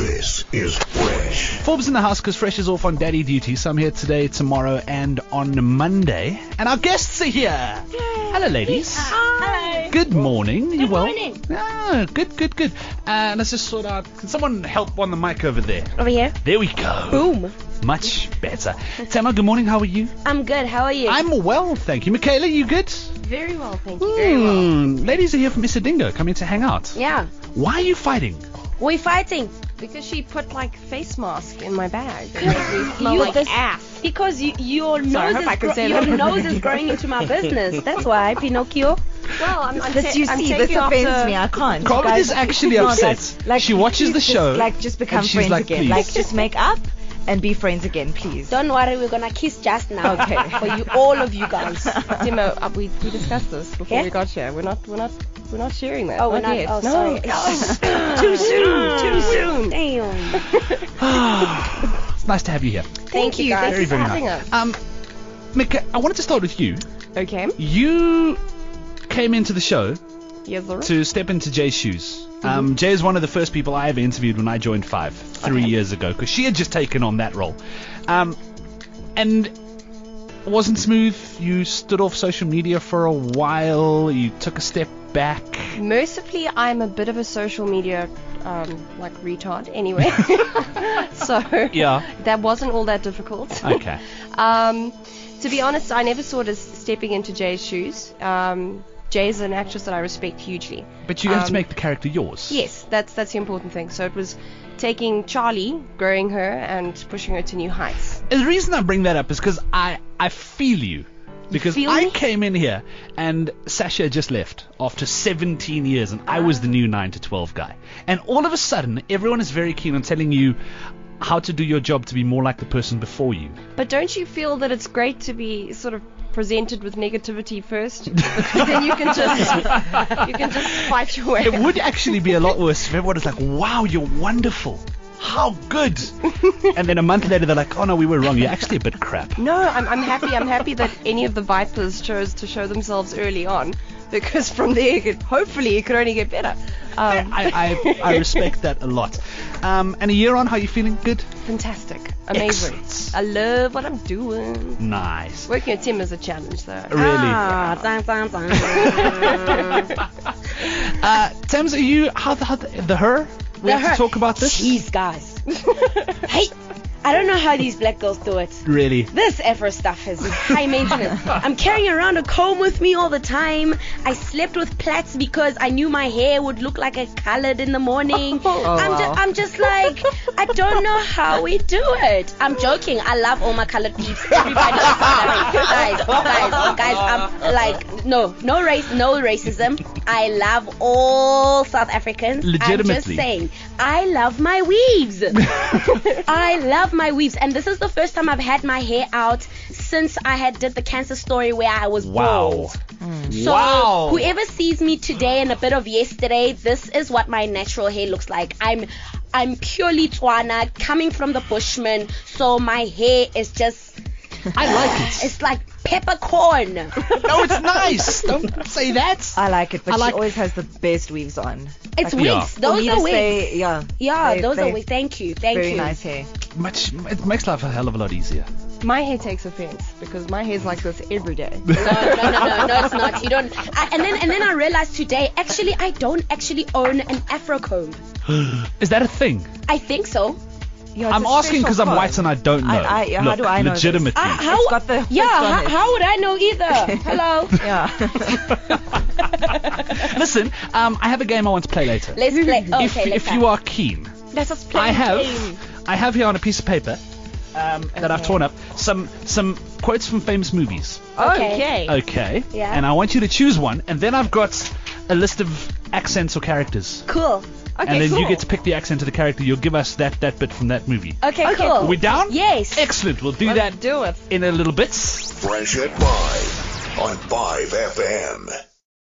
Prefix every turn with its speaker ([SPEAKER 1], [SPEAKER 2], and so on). [SPEAKER 1] is Fresh.
[SPEAKER 2] Forbes in the house because Fresh is off on daddy duty. So I'm here today, tomorrow, and on Monday. And our guests are here. Hello, ladies.
[SPEAKER 3] Hi.
[SPEAKER 2] Good morning. Good you well?
[SPEAKER 3] morning.
[SPEAKER 2] Ah, good, good, good. Uh, let's just sort out. Can someone help on the mic over there?
[SPEAKER 3] Over here.
[SPEAKER 2] There we go.
[SPEAKER 3] Boom.
[SPEAKER 2] Much better. Tama, good morning. How are you?
[SPEAKER 3] I'm good. How are you?
[SPEAKER 2] I'm well, thank you. Michaela, you good?
[SPEAKER 3] very well, thank
[SPEAKER 2] Hmm. Ladies are here from Mr. Dingo coming to hang out.
[SPEAKER 3] Yeah.
[SPEAKER 2] Why are you fighting?
[SPEAKER 3] We're fighting.
[SPEAKER 4] Because she put like face mask in my bag.
[SPEAKER 3] You-
[SPEAKER 4] Smell like "Ah,
[SPEAKER 3] this-
[SPEAKER 4] ass.
[SPEAKER 3] Because you, your
[SPEAKER 4] Sorry, I
[SPEAKER 3] nose,
[SPEAKER 4] hope I
[SPEAKER 3] is
[SPEAKER 4] can say
[SPEAKER 3] your
[SPEAKER 4] that.
[SPEAKER 3] nose is growing into my business. That's why, Pinocchio.
[SPEAKER 4] Well, I'm, I'm
[SPEAKER 5] This
[SPEAKER 4] ta-
[SPEAKER 5] you
[SPEAKER 4] I'm
[SPEAKER 5] see,
[SPEAKER 4] taking
[SPEAKER 5] this
[SPEAKER 4] off
[SPEAKER 5] offends
[SPEAKER 4] the-
[SPEAKER 5] me. I can't.
[SPEAKER 2] Carmen
[SPEAKER 5] Guys,
[SPEAKER 2] is actually
[SPEAKER 5] no,
[SPEAKER 2] upset.
[SPEAKER 5] guys,
[SPEAKER 2] She watches
[SPEAKER 5] please
[SPEAKER 2] the
[SPEAKER 5] just,
[SPEAKER 2] show,
[SPEAKER 5] like just become
[SPEAKER 2] and she's
[SPEAKER 5] friends
[SPEAKER 2] like,
[SPEAKER 5] again.
[SPEAKER 2] please.
[SPEAKER 5] Like just make up and be friends again, please.
[SPEAKER 3] Don't worry, we're gonna kiss just now.
[SPEAKER 5] Okay.
[SPEAKER 3] For you, all of you guys.
[SPEAKER 4] Timo, uh, we, we discussed this before
[SPEAKER 3] Yeah?
[SPEAKER 4] we got here. We're not we're not we're not sharing that.
[SPEAKER 3] Oh, we're not.
[SPEAKER 4] Yet.
[SPEAKER 3] Oh,
[SPEAKER 4] no.
[SPEAKER 3] sorry. Oh, too soon. Too soon. Damn.
[SPEAKER 2] it's nice to have you here.
[SPEAKER 3] Thank you, guys.
[SPEAKER 4] Thank
[SPEAKER 2] Very,
[SPEAKER 4] you for
[SPEAKER 2] very
[SPEAKER 4] having us.
[SPEAKER 2] Um, Michaela, I wanted to start with you.
[SPEAKER 4] Okay.
[SPEAKER 2] You came into the show
[SPEAKER 4] Yes, Laura.
[SPEAKER 2] to step into Jay's shoes. Um, Jay is one of the first people I ever interviewed when I joined Five three years ago because she had just taken on that role, um, and it wasn't smooth. You stood off social media for a while. You took a step back.
[SPEAKER 4] Mercifully, I'm a bit of a social media um, like retard anyway. so
[SPEAKER 2] Yeah.
[SPEAKER 4] that wasn't all that difficult.
[SPEAKER 2] Okay.
[SPEAKER 4] Um, to be honest, I never saw it as stepping into Jay's shoes. Um, Jay is an actress that I respect hugely.
[SPEAKER 2] But you have to
[SPEAKER 4] Um,
[SPEAKER 2] make the character yours.
[SPEAKER 4] Yes, that's that's the important thing. So it was taking Charlie, growing her, and pushing her to new heights.
[SPEAKER 2] And the reason I bring that up is because I I feel you. Because
[SPEAKER 4] feel
[SPEAKER 2] I
[SPEAKER 4] me?
[SPEAKER 2] came in here and Sasha just left after 17 years, and I was the new 9 to 12 guy. And all of a sudden, everyone is very keen on telling you how to do your job to be more like the person before you.
[SPEAKER 4] But don't you feel that it's great to be sort of presented with negativity first, because then you can just you can just fight your way.
[SPEAKER 2] It would actually be a lot worse if everyone was like, wow, you're wonderful. How good. and then a month later, they're like, oh no, we were wrong. You're actually a bit crap.
[SPEAKER 4] No, I'm, I'm happy. I'm happy that any of the Vipers chose to show themselves early on, because from there, it could, hopefully, it could only get better. Um,
[SPEAKER 2] I, I, I respect that a lot. Um, and a year on, how you feeling? Good?
[SPEAKER 4] fantastic, amazing.
[SPEAKER 2] Excellent.
[SPEAKER 4] I love what I'm doing.
[SPEAKER 2] Nice.
[SPEAKER 4] Working a team is a challenge, though.
[SPEAKER 2] Really?
[SPEAKER 3] Ah, dun, dun, dun.
[SPEAKER 2] Uh, Tams, are you how the, how the, the her? We have to
[SPEAKER 3] her.
[SPEAKER 2] talk about this.
[SPEAKER 3] Jeez, guys. hey, I don't know how these black girls do it.
[SPEAKER 2] Really?
[SPEAKER 3] This Afro stuff is high maintenance. I'm carrying around a comb with me all the time. I slept with plaits because I knew my hair would look like a colored in the morning. I'm,
[SPEAKER 4] wow.
[SPEAKER 3] just, I'm just like, I don't know how we do it. I'm joking. I love all my colored peeps. Everybody, guys, guys, guys. I'm like, no, no race, no racism. I love all South Africans. I'm just
[SPEAKER 2] Legitimately.
[SPEAKER 3] saying, I love my weaves. I love my weaves, and this is the first time I've had my hair out since I had did the cancer story where I was
[SPEAKER 2] Wow. Hmm.
[SPEAKER 3] bald. So
[SPEAKER 2] wow.
[SPEAKER 3] whoever sees me today and a bit of yesterday, this is what my natural hair looks like. I'm I'm purely Tswana, coming from the Bushman, so my hair is just
[SPEAKER 2] I like it.
[SPEAKER 3] it's like peppercorn.
[SPEAKER 2] no, it's nice. Don't say that.
[SPEAKER 5] I like it, but
[SPEAKER 2] I like-
[SPEAKER 5] she always has the best weaves on.
[SPEAKER 3] It's
[SPEAKER 2] Yeah.
[SPEAKER 3] wigs.
[SPEAKER 5] For
[SPEAKER 3] Those
[SPEAKER 5] me
[SPEAKER 3] are
[SPEAKER 5] to
[SPEAKER 3] wigs.
[SPEAKER 5] say- yeah.
[SPEAKER 3] yeah,
[SPEAKER 5] they-
[SPEAKER 3] those
[SPEAKER 5] they-
[SPEAKER 3] are wigs. Thank you. Thank
[SPEAKER 5] Very
[SPEAKER 3] you.
[SPEAKER 5] nice hair.
[SPEAKER 2] Much. It makes life a hell of a lot easier.
[SPEAKER 4] My hair takes offense because my hair's like this every day.
[SPEAKER 3] no, no, no, no, no, it's not. You don't. I, and then, and then I realized today, actually, I don't actually own an afro comb.
[SPEAKER 2] Is that a thing?
[SPEAKER 3] I think so.
[SPEAKER 5] Yeah, it's
[SPEAKER 2] I'm
[SPEAKER 5] a
[SPEAKER 2] asking
[SPEAKER 5] special
[SPEAKER 2] because I'm
[SPEAKER 5] comb.
[SPEAKER 2] white and I don't know.
[SPEAKER 5] I- I- yeah, how
[SPEAKER 2] Look,
[SPEAKER 5] do I know this? Ah.
[SPEAKER 2] Legitimately.
[SPEAKER 3] I, how?
[SPEAKER 5] It's got the-
[SPEAKER 3] yeah.
[SPEAKER 5] it's on
[SPEAKER 3] ho-
[SPEAKER 5] it.
[SPEAKER 3] how would I know either? Hello.
[SPEAKER 5] Yeah.
[SPEAKER 2] Listen, um, I have a game I want to play later.
[SPEAKER 3] Let's play. Okay,
[SPEAKER 2] if
[SPEAKER 3] let's
[SPEAKER 2] if you are keen,
[SPEAKER 4] Let us play.
[SPEAKER 2] I have
[SPEAKER 4] game.
[SPEAKER 2] I have here on a piece of paper um, that I've torn up some some quotes from famous movies.
[SPEAKER 3] Okay.
[SPEAKER 4] Okay.
[SPEAKER 2] Okay.
[SPEAKER 3] Yeah.
[SPEAKER 2] And I want you to choose one, and then I've got a list of accents or characters.
[SPEAKER 3] Cool.
[SPEAKER 2] and then you
[SPEAKER 4] cool.
[SPEAKER 2] get to pick the accent of the character. You'll give us that that bit from that movie.
[SPEAKER 3] Okay, cool.
[SPEAKER 2] Are we down?
[SPEAKER 3] Yes.
[SPEAKER 2] Excellent. We'll do
[SPEAKER 4] Let's
[SPEAKER 2] that
[SPEAKER 4] do it.
[SPEAKER 2] in a little bit.
[SPEAKER 1] Fresh at 5 on 5 FM.